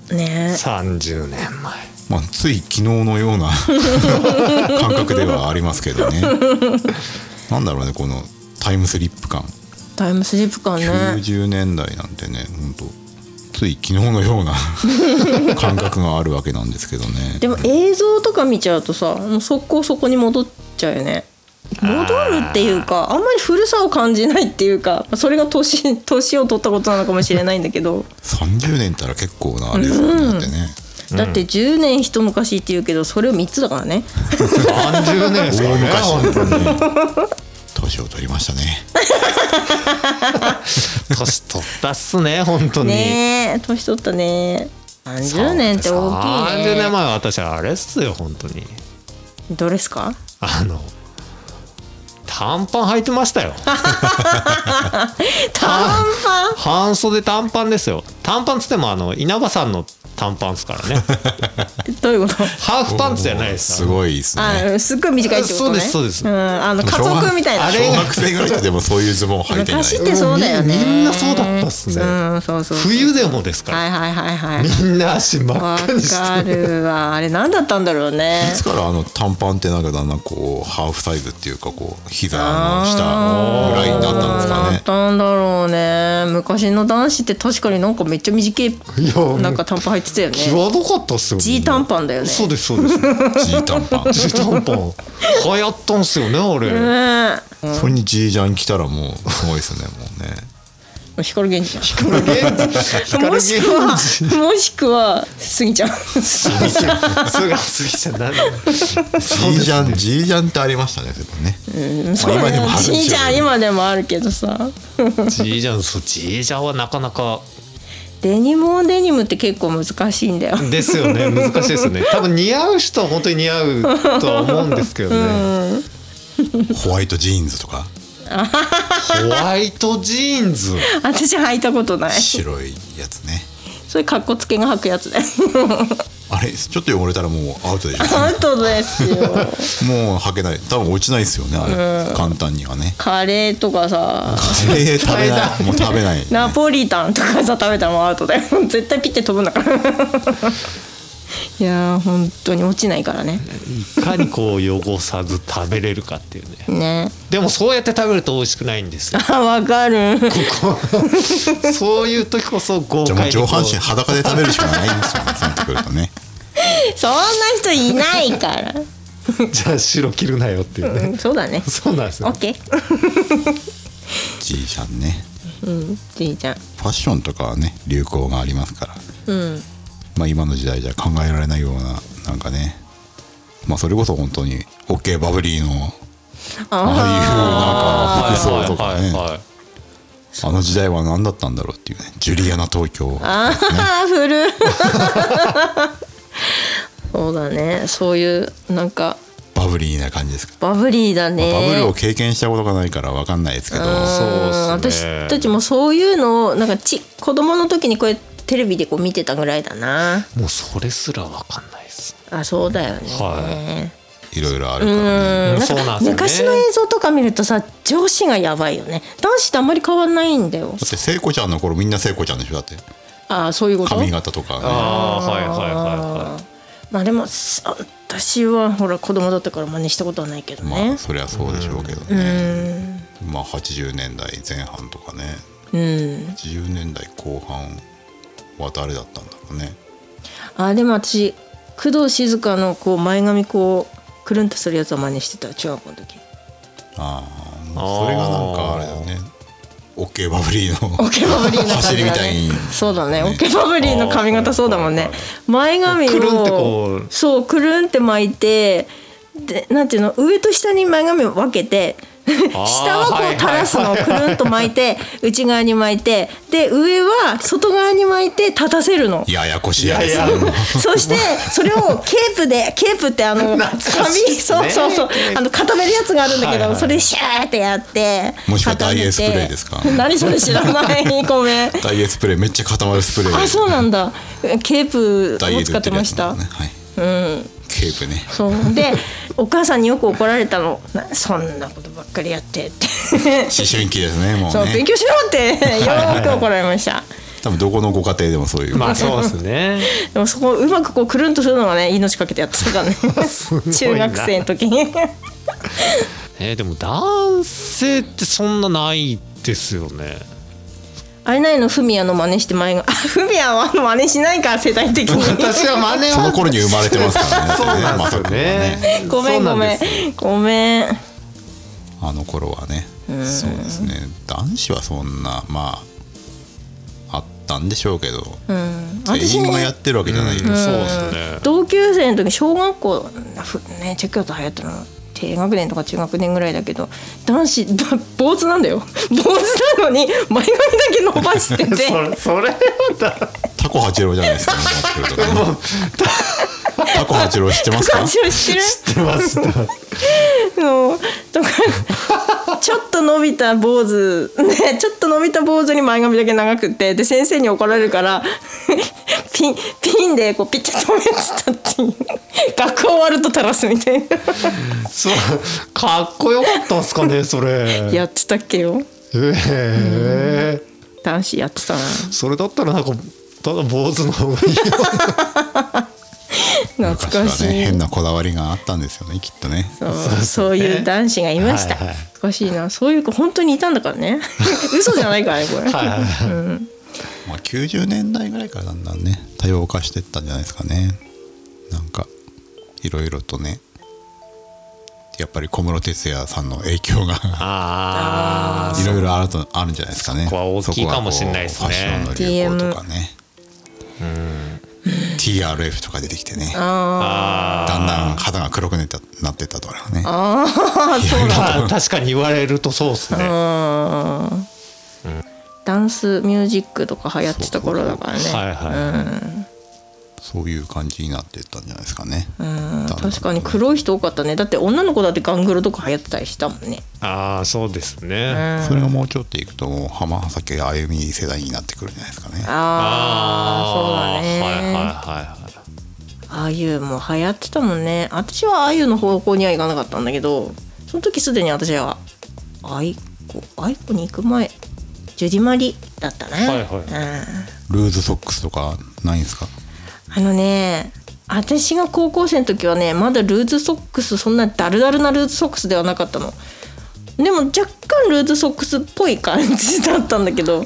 Speaker 2: ね
Speaker 4: 30年前
Speaker 1: まあ、つい昨日のような [laughs] 感覚ではありますけど
Speaker 2: [laughs]
Speaker 1: ねなんだろうねこのタイムスリップ感
Speaker 2: タイムスリップ感ね
Speaker 1: 90年代なんてね本当つい昨日のよう
Speaker 2: [laughs]
Speaker 1: な感覚があるわけなんですけどね
Speaker 2: でも映像とか見ちゃうとさもう速攻そこに戻っちゃうよね戻るっていうかあんまり古さを感じないっていうかまあそれが年年を取ったことなのかもしれないんだけど
Speaker 1: 30年ったら結構なあれですよね、だってね
Speaker 2: だって10年一昔っていうけどそれを3つだからね
Speaker 4: 30年ですからね
Speaker 1: 大昔だね
Speaker 2: [laughs]
Speaker 1: 年を取りましたね
Speaker 4: 年取ったっすね本当に、
Speaker 2: ねえ年取ったね30年って大きい
Speaker 4: 30年前
Speaker 2: ね
Speaker 4: は私あれっすよ本当に
Speaker 2: どれですか
Speaker 4: あの短パン履いてました
Speaker 2: [laughs]
Speaker 4: よ
Speaker 2: 短パン
Speaker 4: 半袖短パンですよ短パンっつってもあの稲葉さんの短パンっすからね
Speaker 2: どういう
Speaker 4: [laughs]
Speaker 2: こと
Speaker 4: ハーフパンツじゃないです
Speaker 1: す
Speaker 4: い
Speaker 1: ごいですね
Speaker 2: あすっごい短いってことね
Speaker 4: そうですそうです
Speaker 2: ん、あの家
Speaker 1: 小学
Speaker 2: 族みたいな
Speaker 4: あれ
Speaker 1: 小学生ぐらいってでもそういうズボン履いてない
Speaker 2: 昔ってそうだよね
Speaker 4: みんなそうだったっすね、
Speaker 2: うんそうそうそう
Speaker 4: 冬でもですから、
Speaker 2: はいはいはいはい
Speaker 4: みんな足真っ
Speaker 2: わ
Speaker 4: 赤にして
Speaker 2: かるわあれ何だったんだろうね
Speaker 1: いつからあの短パンってなんかだんだんこうハーフサイズっていうかこう膝の下ぐらいになったんですか
Speaker 2: 何だっ
Speaker 1: ね
Speaker 2: たんだろうね昔の男子って確かになんかめっちゃ短い
Speaker 4: いや
Speaker 2: なんか短パン履いてたよね
Speaker 4: 際どかったっすよ
Speaker 2: G 短パンだよね
Speaker 4: そうですそうです
Speaker 1: [laughs] G 短パン
Speaker 4: G 短パン流行ったんすよねあれ、
Speaker 2: ねえ
Speaker 1: それに G ジャン着たらもうすごいですねもうね
Speaker 2: 光源氏光源氏もしくはもしくはス
Speaker 1: [laughs]
Speaker 2: ギちゃん
Speaker 4: すがすぎちゃん何
Speaker 1: ジージャンジージャンってありましたねでもね、
Speaker 2: そう
Speaker 1: 今でもあるんですよね
Speaker 2: じいちゃん今でもあるけどさ
Speaker 4: ジージャンそうジージャンはなかなか
Speaker 2: デニムオンデニムって結構難しいんだよ
Speaker 4: ですよね難しいですよね多分似合う人は本当に似合うとは思うんですけどね、
Speaker 1: ホワイトジーンズとか
Speaker 4: ホワイトジーンズ
Speaker 2: 私履いたことない
Speaker 1: 白いやつね
Speaker 2: それかっこつけが履くやつだよ
Speaker 1: あれちょっと汚れたらもうアウトでしょ
Speaker 2: アウトですよ
Speaker 1: もう履けない多分落ちないですよねあれ、簡単にはね
Speaker 2: カレーとかさ
Speaker 1: カレー食べない [laughs] もう食べない
Speaker 2: ナポリタンとかさ食べたらもうアウトだよ絶対ピッて飛ぶんだからいやー本当に落ちないからね
Speaker 4: いかにこう汚さず食べれるかっていうね
Speaker 2: ね
Speaker 4: でもそうやって食べると美味しくないんですよ
Speaker 2: あわかる
Speaker 4: そういう時こそ
Speaker 1: [laughs]
Speaker 4: 豪
Speaker 1: じゃあもう
Speaker 4: 快にこ
Speaker 1: 上
Speaker 4: う
Speaker 1: 半身裸で食べるしかないんですよ [laughs] ねそうなってくるとね
Speaker 2: そんな人いないから
Speaker 4: じゃあ白着るなよっていうね、
Speaker 2: うんそうだね
Speaker 4: そうなんです
Speaker 2: オ
Speaker 4: よ
Speaker 2: ッケー
Speaker 1: ジージャンね
Speaker 2: じいちゃん
Speaker 1: ファッションとかはね流行がありますから、
Speaker 2: うん
Speaker 1: まあ、今の時代じゃ考えられないようななんかねまあそれこそ本当にオッケーバブリーの
Speaker 2: あ
Speaker 1: ああいうなんか服装とか
Speaker 4: はいはいはい
Speaker 1: ね
Speaker 4: はい
Speaker 1: あの時代は何だったんだろうっていうねジュリアナ東京
Speaker 2: ああ古い [laughs] そうだねそういうなんか
Speaker 1: バブリーな感じですか、
Speaker 2: バブリーだね、
Speaker 1: バブルを経験したことがないから分かんないですけど
Speaker 4: そうっすね
Speaker 2: 私たちもそういうのをなんかち子供の時にこうやってテレビでこう見てたぐらいだな
Speaker 4: もうそれすらわかんないです
Speaker 2: あそうだよね、
Speaker 4: はい
Speaker 1: ろいろあるからね
Speaker 2: うん
Speaker 4: そうなんですよね
Speaker 2: 昔の映像とか見るとさ上司がやばいよね男子ってあんまり変わんないんだよ
Speaker 1: だって聖子ちゃんの頃みんな聖子ちゃんでしょだって
Speaker 2: あそういうこと
Speaker 1: 髪型とかね
Speaker 4: ああーはいはいはいはい
Speaker 2: まあでもす私はほら子供だったから真似したことはないけど
Speaker 1: ま
Speaker 2: ね
Speaker 1: あそりゃそうでしょうけどねまあ80年代前半とかね
Speaker 2: うん
Speaker 1: 80年代後半は誰だったんだろうね
Speaker 2: あでも私工藤静香のこう前髪こうくるんとするやつを真似してた中学校の時
Speaker 1: ああそれがなんかあれだよねオッケーバブリーの
Speaker 2: [laughs] オケバブリーの
Speaker 1: 走
Speaker 2: 髪
Speaker 1: りみ
Speaker 2: 型
Speaker 1: たいに
Speaker 2: そうだね
Speaker 1: ね
Speaker 2: オケバブリーの髪型そうだもんね前髪を
Speaker 4: くるんってこう
Speaker 2: そうくるんって巻いてでなんていうの上と下に前髪を分けて
Speaker 4: ー
Speaker 2: 下はこう垂らすのをくるんと巻いて内側に巻いてで上は外側に巻いて立たせるの
Speaker 1: ややこしいやつ
Speaker 2: そしてそれをケープでケープってあの紙そうそうそうあの固めるやつがあるんだけどそれシューってやって
Speaker 1: もしくはダイエースプレイ
Speaker 2: 固めて
Speaker 1: ですか
Speaker 2: [laughs] 何それ知ら
Speaker 1: [laughs]
Speaker 2: ないごめん
Speaker 1: ダイエースプレーめっちゃ固まるスプレー
Speaker 2: あそうなんだケープ
Speaker 1: ダイエ
Speaker 2: を
Speaker 1: ー
Speaker 2: 使ってました、
Speaker 1: ねはい
Speaker 2: うん
Speaker 1: ケープね
Speaker 2: そうでお母さんによく怒られたのなそんなことばっかりやってって
Speaker 1: 思春期ですねも
Speaker 2: そうう勉
Speaker 1: ね
Speaker 2: 強しろってよーく怒られました
Speaker 1: 多分どこのご家庭でもそういう
Speaker 4: まあそうですね
Speaker 2: でもそこをうまくこうくるんとするのがね命かけてやって
Speaker 1: [laughs]
Speaker 2: たからね
Speaker 4: ごいな
Speaker 2: 中学生の時に
Speaker 4: えーでも男性ってそんなないですよね
Speaker 2: あれないのフミヤの真似して前が [laughs] あフミヤは真似しないから世代
Speaker 4: [laughs]
Speaker 2: 的に
Speaker 4: は真似
Speaker 1: その頃に生まれてますからね
Speaker 4: そうなんで
Speaker 1: ま
Speaker 4: すよね
Speaker 1: さかのね
Speaker 2: ごめんごめんごめん
Speaker 1: あの頃はねそうですね男子はそんなまああったんでしょうけど
Speaker 2: うん
Speaker 1: 全員がやってるわけじゃないです
Speaker 4: そうですね
Speaker 2: 同級生の時小学校ふねチェックアウト流行ったの低学年とか中学年ぐらいだけど男子 [laughs] だ坊主なんだよ坊主なのに前髪だけ伸ばしてて
Speaker 4: [laughs] それはだ
Speaker 1: タコ八郎じゃないですか [laughs] もうやってるとねタコ八郎知ってますか
Speaker 2: 感じをしてる
Speaker 4: ってますってます
Speaker 2: のとかちょっと伸びた坊主 [laughs] ねちょっと伸びた坊主に前髪だけ長くってで先生に怒られるから [laughs] ピンピンでこうピッて止めてたっていう [laughs] 学校終わると垂らすみたいな
Speaker 4: そうかっこよかったんすかねそれ
Speaker 2: やってたっけよ
Speaker 4: ええ
Speaker 2: 男子やってたな
Speaker 4: それだったらなんかただ坊主の方 [laughs] がいいよ
Speaker 2: 懐
Speaker 1: 昔
Speaker 2: かし、
Speaker 1: はいね変なこだわりがあったんですよねきっとね
Speaker 2: そうそういう男子がいました。
Speaker 4: はいはい
Speaker 2: おかしいな、そういう子本当にいたんだからね。 [laughs] 嘘じゃないからね、これ。
Speaker 1: まあ90年代ぐらいからだんだんね多様化してったんじゃないですかねなんかいろいろとねやっぱり小室哲哉さんの影響が
Speaker 4: あ
Speaker 1: いろいろあるとあるんじゃないですかね
Speaker 4: そこは大きいかもしれないですね
Speaker 1: そこはこうファッションの流行とかね TRF とか出てきてねだ
Speaker 4: あ
Speaker 1: んだん肌が黒くなったなってったとかね
Speaker 2: あそうなんだ
Speaker 4: あ確かに言われるとそうですねは
Speaker 2: うんダンスミュージックとか流行ってた頃だからね
Speaker 4: いは
Speaker 1: そういう感じになってったんじゃないですかね
Speaker 2: うん確かに黒い人多かったねだって女の子だってガングロとか流行ってたりしたもんね
Speaker 4: いああそうです
Speaker 2: う
Speaker 4: ね
Speaker 1: そ
Speaker 2: ん
Speaker 1: れがもうちょっといくともう浜崎あゆみ世代になってくるんじゃないですかね
Speaker 2: ああそうだね、
Speaker 4: はいはいはいはい
Speaker 2: あゆも流行ってたもんね私はあゆの方向には行かなかったんだけどその時すでに私はあいこあいこに行く前ジュディマリだったな、
Speaker 4: はいは
Speaker 2: う
Speaker 4: い
Speaker 2: ん
Speaker 1: ルーズソックスとかないんですか
Speaker 2: あのね私が高校生の時はねまだルーズソックスそんなダルダルなルーズソックスではなかったのでも若干ルーズソックスっぽい感じだったんだけど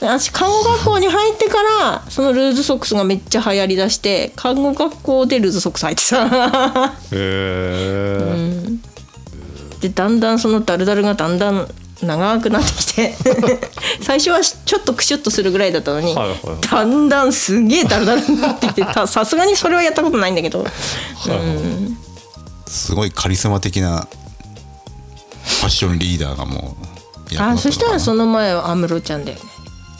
Speaker 2: 私看護学校に入ってからそのルーズソックスがめっちゃ流行りだして看護学校でルーズソックス入ってた [laughs]
Speaker 4: へえ
Speaker 2: でだんだんそのダルダルがだんだん長くなってきて [laughs] 最初はちょっとクシュッとするぐらいだったのに、
Speaker 4: はいはいはい
Speaker 2: だんだんすげえダルダルになってきてたさすがにそれはやったことないんだけど
Speaker 1: すごいカリスマ的なファッションリーダーがもういなくなったのかな
Speaker 2: あそしたらその前は安室ちゃんだよね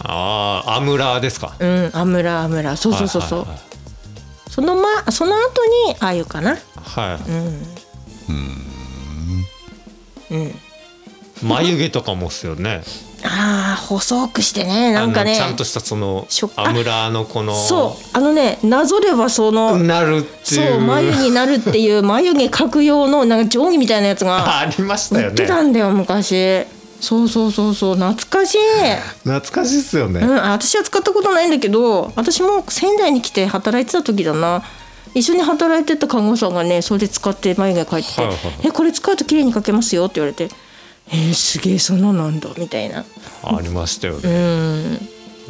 Speaker 4: ああアムラーですか
Speaker 2: うん安室安室そうそうそうそう、
Speaker 4: はい
Speaker 2: その前その後にあゆかな
Speaker 4: はいはいうん眉毛とかもっすよね
Speaker 2: あー細くしてねなんか
Speaker 4: あ
Speaker 2: ね
Speaker 4: のちゃんとしたその
Speaker 2: しょあ
Speaker 4: アムラーのこの
Speaker 2: そうあのねなぞればその、
Speaker 4: なるっていう
Speaker 2: そう眉になるっていう眉毛描く用のなんか定規みたいなやつが
Speaker 4: [laughs] ありました
Speaker 2: 売
Speaker 4: よ
Speaker 2: って
Speaker 4: ね
Speaker 2: たんだよ昔そうそうそうそう懐かしい、
Speaker 4: 懐かしいっすよね、
Speaker 2: うん、あ私は使ったことないんだけど私も仙台に来て働いてた時だな一緒に働いてた看護師さんがねそれで使って眉毛描いてて
Speaker 4: はいはいはい
Speaker 2: 「えこれ使うと綺麗に描けますよ」って言われて「えー、すげえそんななんだ」みたいな
Speaker 4: ありましたよね、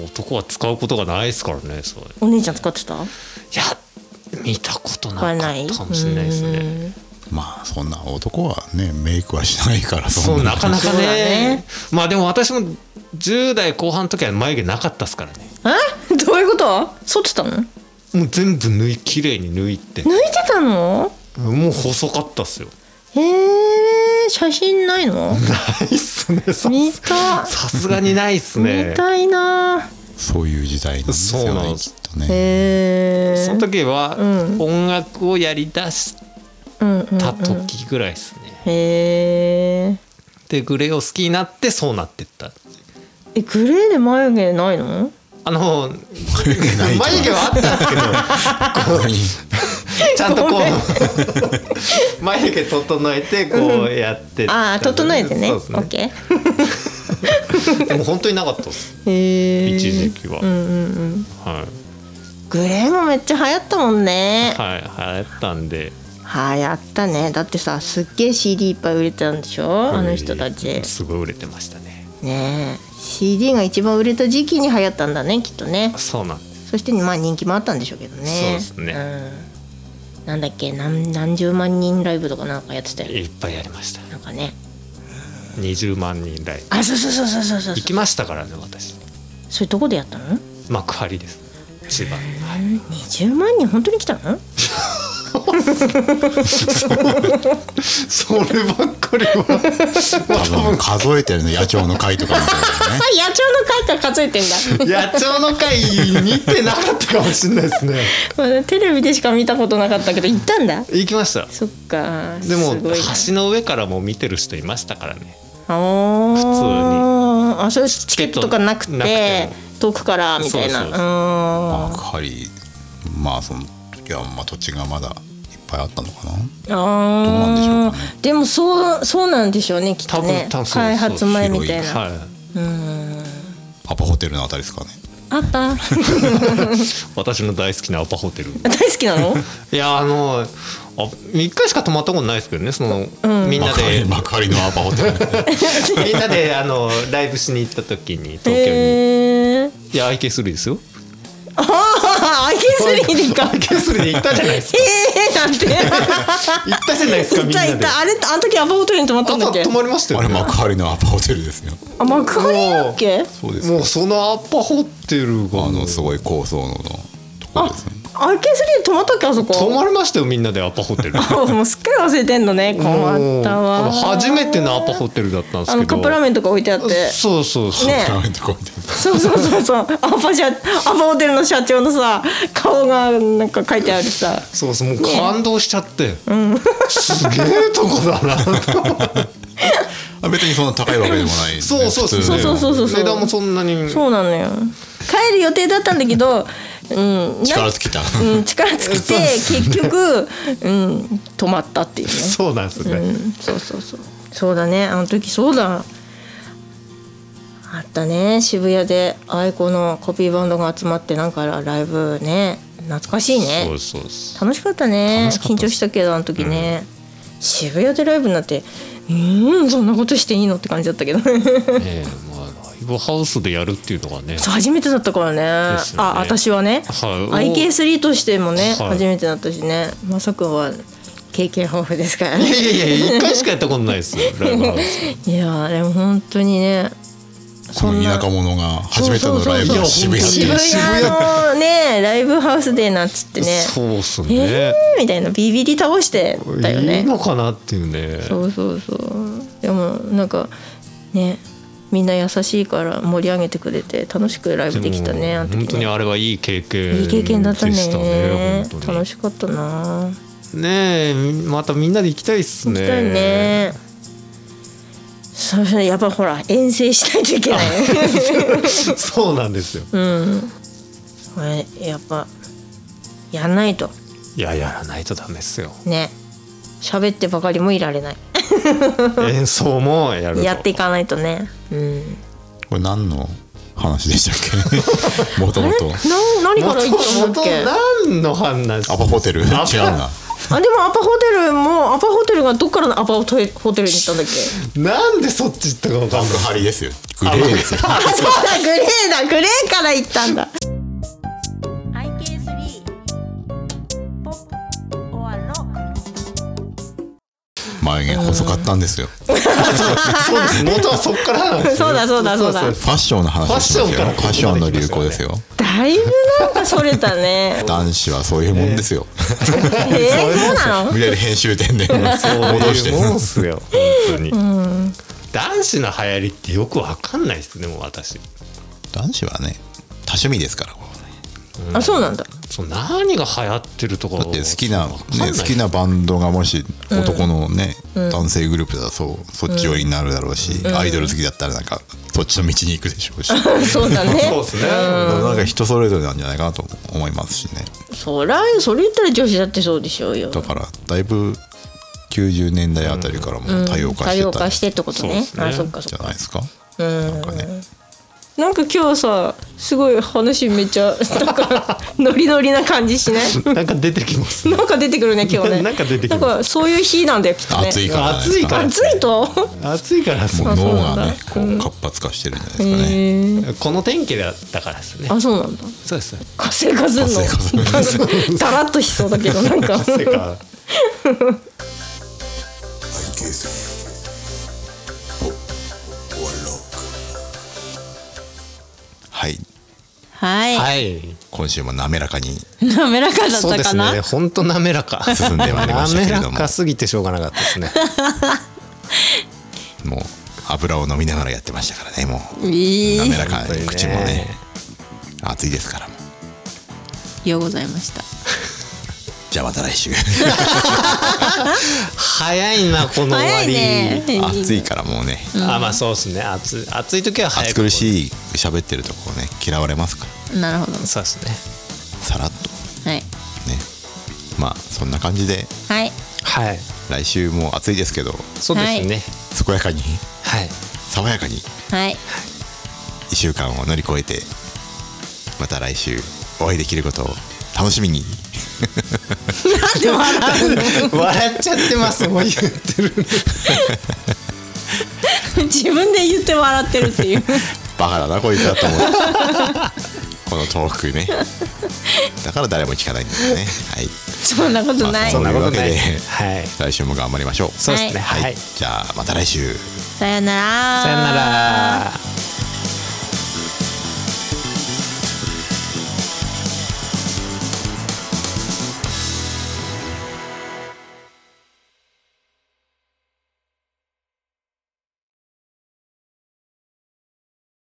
Speaker 4: 男は使うことがないですからねそれい
Speaker 2: お姉ちゃん使ってた
Speaker 4: や見たことなかったかもしれないですね
Speaker 1: まあそんな男はねメイクはしないから
Speaker 4: そ
Speaker 1: ん
Speaker 4: うなかなか
Speaker 2: そう
Speaker 4: ね
Speaker 2: だね
Speaker 4: まあでも私も10代後半の時は眉毛なかったですからね
Speaker 2: えどういうこと剃ってたの抜い
Speaker 4: もう全部縫い綺麗に縫いって
Speaker 2: てたの
Speaker 4: もう細かったっすよ
Speaker 2: へえ写真ないの
Speaker 4: ないっすねさ
Speaker 2: 見た
Speaker 4: さすがにないっすね
Speaker 2: 見たいな
Speaker 1: そういう時代なんです
Speaker 4: そう
Speaker 1: よ
Speaker 4: なん
Speaker 1: ね
Speaker 4: で
Speaker 1: きっ
Speaker 4: す
Speaker 1: とね
Speaker 2: へ
Speaker 4: その
Speaker 2: え
Speaker 4: 時は音楽をやりだし
Speaker 2: うんうん
Speaker 4: た時ぐらいですね、
Speaker 2: へー
Speaker 4: でグレーを好きになってそうなってった
Speaker 2: えグレーで眉毛ないの
Speaker 4: あの
Speaker 1: 眉毛 [laughs] ない
Speaker 4: 眉毛はあったんですけどちゃんとこう [laughs] 眉毛整えてこうやって
Speaker 2: ああ整えてね
Speaker 4: そ
Speaker 2: オ
Speaker 4: うですね [laughs]
Speaker 2: ッケ
Speaker 4: でも本当になかったです
Speaker 2: ーへー
Speaker 4: 一時期は、
Speaker 2: うんうんうん
Speaker 4: は
Speaker 2: グレーもめっちゃ流行ったもんね
Speaker 4: い、はい、流行ったんで
Speaker 2: 流行ったねだってさすっげえ CD いっぱい売れてたんでしょあの人たち
Speaker 4: すごい売れてましたね
Speaker 2: ねえ CD が一番売れた時期に流行ったんだねきっとね
Speaker 4: そうなんです
Speaker 2: そしてまあ人気もあったんでしょうけどね
Speaker 4: そうですね
Speaker 2: うん、なんだっけ何何十万人ライブとかなんかやってたよね
Speaker 4: いっぱいやりました
Speaker 2: なんかね
Speaker 4: 20万人ライブ
Speaker 2: あそうそうそうそうそうそう
Speaker 4: 行きましたからね私
Speaker 2: それどこでやったの
Speaker 4: 幕張です千
Speaker 2: [laughs]
Speaker 4: 葉はい
Speaker 2: 20万人本当に来たの
Speaker 4: そればっかりは
Speaker 1: 多分数えてるの野鳥の会とかみたい
Speaker 4: [laughs]
Speaker 1: なね
Speaker 2: 野鳥の会から数えてんだ
Speaker 4: 野鳥の会見てなかったかもしれない
Speaker 2: [laughs]
Speaker 4: ですね
Speaker 2: まあテレビでしか見たことなかったけど行ったんだ
Speaker 4: 行きました
Speaker 2: そっか
Speaker 4: でも
Speaker 2: すごいな
Speaker 4: 橋の上からも見てる人いましたからね
Speaker 2: あーあそういうチケットとかなくて
Speaker 4: チケットなく
Speaker 2: 遠くからみたいな
Speaker 4: そうそうそう
Speaker 1: まあ
Speaker 2: あ
Speaker 1: やはりまあその時はまあ土地がまだいっぱいあったのかな
Speaker 2: ーあ
Speaker 1: どうなんでしょうか
Speaker 2: ーでもそうそうなんでしょうねきっとね
Speaker 4: 多分多分そう
Speaker 2: 開発前みたいな
Speaker 4: はい
Speaker 1: アパホテルのあたりですかね
Speaker 2: あった
Speaker 4: 私の大好きなアパホテル
Speaker 2: 大好きなの
Speaker 4: いやあのあ1回しか泊まったことないですけどねその、みんな
Speaker 1: 幕張
Speaker 4: で
Speaker 1: 幕張のアパホ
Speaker 4: [laughs]
Speaker 1: テル
Speaker 4: みんなであのライブしに行った時に東京に、
Speaker 2: へえ
Speaker 4: いや IK3 ですよ
Speaker 2: あアイケスリーでか
Speaker 4: アイケスリーで行ったじゃないです
Speaker 2: [laughs]
Speaker 4: か
Speaker 2: ええなんて
Speaker 4: 行ったじゃないですか
Speaker 2: い
Speaker 4: みん
Speaker 2: た
Speaker 4: ないで
Speaker 2: たあれあの時アパホテルに泊まったんだ
Speaker 4: 朝
Speaker 2: っけ
Speaker 4: 泊まりました
Speaker 1: あ
Speaker 4: よ
Speaker 1: れ
Speaker 4: ね
Speaker 1: 幕張のアパホテルですよ
Speaker 2: あ幕張だっけ
Speaker 1: そうです
Speaker 4: もうそのアッパホテルが
Speaker 1: あのすごい高層のところですね
Speaker 2: アイケスリーで泊まったっけあそこ
Speaker 4: 泊まりましたよみんなでアッパホテ
Speaker 2: [laughs]
Speaker 4: ル
Speaker 2: あもうすっかり忘れてんのね困った
Speaker 4: も
Speaker 2: わ
Speaker 4: う初めてのアッパホテルだったんですけど
Speaker 2: あのカップラーメンとか置いてあって
Speaker 4: そうそうそう、
Speaker 2: ね
Speaker 1: ラーメンとか置いてある
Speaker 2: そうそうそうそうアパ社アパホテルの社長のさ顔がなんか書いてあるさ
Speaker 4: そうそうもう感動しちゃって、すげえとこだなと
Speaker 1: あ別にそんな高いわけでもない、ね、
Speaker 4: そうそうそう
Speaker 1: 普通
Speaker 4: そう
Speaker 1: で
Speaker 2: [laughs] そうそうそうそう
Speaker 4: 値段もそんなに
Speaker 2: そうなのよ帰る予定だったんだけどうんな
Speaker 1: 力尽きた
Speaker 2: うん、力尽きて結局、うん、止まったっていうね
Speaker 4: そうなんですね、
Speaker 2: うんそうそうそうそうだねあの時そうだあったね渋谷でアイコのコピーバンドが集まってなんかライブね懐かしいね
Speaker 4: そうそうそう
Speaker 2: 楽しかったね
Speaker 4: 楽しかった
Speaker 2: 緊張したけどあの時ね、渋谷でライブになってうーんそんなことしていいのって感じだったけ
Speaker 4: [laughs]
Speaker 2: ど [laughs] そう
Speaker 4: ええまあライブハウスでやるっていうのがね
Speaker 2: 初めてだったからね
Speaker 4: ですよね
Speaker 2: あ私はね、
Speaker 4: はい
Speaker 2: IK3 としてもね、
Speaker 4: はい
Speaker 2: 初めてだったしねまさくんは経験豊富ですから
Speaker 4: い
Speaker 2: ね
Speaker 4: やいやいや一回しかやったことな
Speaker 2: [laughs]
Speaker 4: いですよライブハウス
Speaker 2: いやーでも本当にね
Speaker 1: この田舎者が初めてのライブが渋谷って
Speaker 2: 渋
Speaker 1: いう
Speaker 2: 谷のねライブハウスでなんつってね
Speaker 4: そうっす
Speaker 2: え
Speaker 4: ね、
Speaker 2: ーみたいなビビり倒してたよ
Speaker 4: いい
Speaker 2: ね
Speaker 4: のかなっていうね
Speaker 2: そうそうそうでもなんかねみんな優しいから盛り上げてくれて楽しくライブできたね
Speaker 4: も
Speaker 2: あの時ね
Speaker 4: 本当にあれはいい経験
Speaker 2: いい経験だったね
Speaker 4: でしたね本当に
Speaker 2: 楽しかったな
Speaker 4: ねえまたみんなで行きたいっす
Speaker 2: 行
Speaker 4: ね
Speaker 2: きたいねそうそうやっぱほら遠征しないといけ
Speaker 4: [laughs]
Speaker 2: ない
Speaker 4: [laughs] そうなんですよ
Speaker 2: うんこれやっぱやんないと
Speaker 4: いややらないとダメっすよ
Speaker 2: ね喋ってばかりもいられない
Speaker 4: 演奏もやると
Speaker 2: やっていかないとねうん
Speaker 1: これ何の話でしたっけ [laughs] もともと
Speaker 2: な何から言ったんだ
Speaker 4: 元
Speaker 2: っけ
Speaker 4: 々何の話
Speaker 1: アパホテル違うな
Speaker 2: あでもアパホテルもアパホテルがどっからのアパホテルに行ったんだっけ
Speaker 4: なんでそっち行ったか分かんない
Speaker 1: 幕張ですよグレーですよ
Speaker 2: [laughs] あそうだグレーだグレーから行ったんだ IK3 ポップオアロッ
Speaker 1: 眉毛細かったんですよフ
Speaker 4: そうです元はそっからなんです
Speaker 2: ク
Speaker 4: よ
Speaker 2: そうだそうだそうだ
Speaker 1: ァッションの話してますよ
Speaker 4: フ
Speaker 1: フ
Speaker 4: ァ
Speaker 1: ァ
Speaker 4: ッ
Speaker 1: ッ
Speaker 4: シ
Speaker 1: シ
Speaker 4: ョ
Speaker 1: ョ
Speaker 4: ン
Speaker 1: ンの
Speaker 4: からここま
Speaker 1: 流
Speaker 4: で来ましたね
Speaker 1: 行ですよ
Speaker 2: だいぶなんかそれたね [laughs]
Speaker 1: 男子はそういうもんですよ、
Speaker 2: えー、そうなの
Speaker 1: 無理やり編集点で
Speaker 4: そう
Speaker 1: 戻して
Speaker 4: いうもんっすよ本当に、男子の流行りってよく分かんないっすねもう私
Speaker 1: 男子はね多趣味ですからこうね
Speaker 2: あそうなんだ
Speaker 4: そう何が流行ってるとか
Speaker 1: だって好きな、ね
Speaker 4: 分かんない、
Speaker 1: 好きなバンドがもし男のね、男性グループだとそうそっち寄りになるだろうし、アイドル好きだったらなんかそっちの道に行くでしょうし、
Speaker 2: そうだね
Speaker 4: そうですね、
Speaker 1: なんか人それぞれなんじゃないかなと思いますしね
Speaker 2: そらそれ言ったら女子だってそうでしょうよ
Speaker 1: だからだいぶ90年代あたりからもう多様化してたんじ
Speaker 2: てってことね
Speaker 4: そうですね
Speaker 2: あそっかそ
Speaker 1: ゃ
Speaker 2: っか
Speaker 1: ないですか、
Speaker 2: うん
Speaker 1: なんかね
Speaker 2: なんか今日さすごい話めっちゃなんかノリノリな感じしない
Speaker 4: なんか出てきますね
Speaker 2: [laughs] なんか出てくるね今日ね
Speaker 4: なんか出てきます
Speaker 2: なんかそういう日なんだよきっとね
Speaker 1: 暑いからじゃな
Speaker 4: 暑
Speaker 1: で
Speaker 4: い
Speaker 1: す
Speaker 4: か
Speaker 1: から
Speaker 2: 暑いと
Speaker 4: 暑いからっすね
Speaker 1: もう脳がね
Speaker 2: そう
Speaker 1: こ
Speaker 2: なん
Speaker 1: う
Speaker 2: だ
Speaker 1: 活発化してるんじゃない
Speaker 2: へ
Speaker 1: ですかね、
Speaker 2: ー
Speaker 4: この天気だったからですね
Speaker 2: あそうなんだ
Speaker 4: そうです
Speaker 2: 活性化する
Speaker 1: 活性
Speaker 2: のなんかだらっとしそうだけどなんか
Speaker 4: 汗か
Speaker 1: はい
Speaker 2: はい、
Speaker 4: はい
Speaker 1: 今週も滑らかに
Speaker 2: 滑らかだっ
Speaker 4: そう
Speaker 2: た
Speaker 4: で
Speaker 2: か
Speaker 4: す
Speaker 2: な、
Speaker 4: ね本当滑らか
Speaker 1: 進んでまいりましたけれども
Speaker 4: 滑らかすぎてしょうがなかったですね
Speaker 1: もう油を飲みながらやってましたからねもう
Speaker 2: い
Speaker 1: 滑
Speaker 2: い
Speaker 1: らかに口もね暑いですからもう
Speaker 2: ようございました
Speaker 1: じゃあまた来週
Speaker 4: 早いなこの終わ
Speaker 2: 早い
Speaker 4: り、
Speaker 2: ね
Speaker 1: 暑いからもうね
Speaker 4: あまあそうですね暑い暑い時は早
Speaker 1: 暑
Speaker 4: く
Speaker 1: 苦しい喋ってるとこをね嫌われますから
Speaker 2: なるほど
Speaker 4: そうですね
Speaker 1: さらっと
Speaker 2: はい
Speaker 1: ねまあそんな感じで
Speaker 2: はい
Speaker 4: はい
Speaker 1: 来週も暑いですけど
Speaker 4: そうですね
Speaker 1: 健やかに
Speaker 4: はい、
Speaker 1: 爽やかに
Speaker 2: はい
Speaker 1: 1週間を乗り越えてまた来週お会いできることを楽しみに
Speaker 4: [laughs] 笑っちゃってますもう言ってる
Speaker 2: 自分で言って笑ってるっていう
Speaker 1: バカだなこいつだと思うここのトークねだから誰も聞かないんですよねはい
Speaker 2: そんなことない
Speaker 1: そんなことない
Speaker 4: はい
Speaker 1: 来週も頑張りましょう
Speaker 4: そうですね
Speaker 1: はい、
Speaker 4: はい
Speaker 1: じゃあまた来週
Speaker 2: さよなら
Speaker 4: さよなら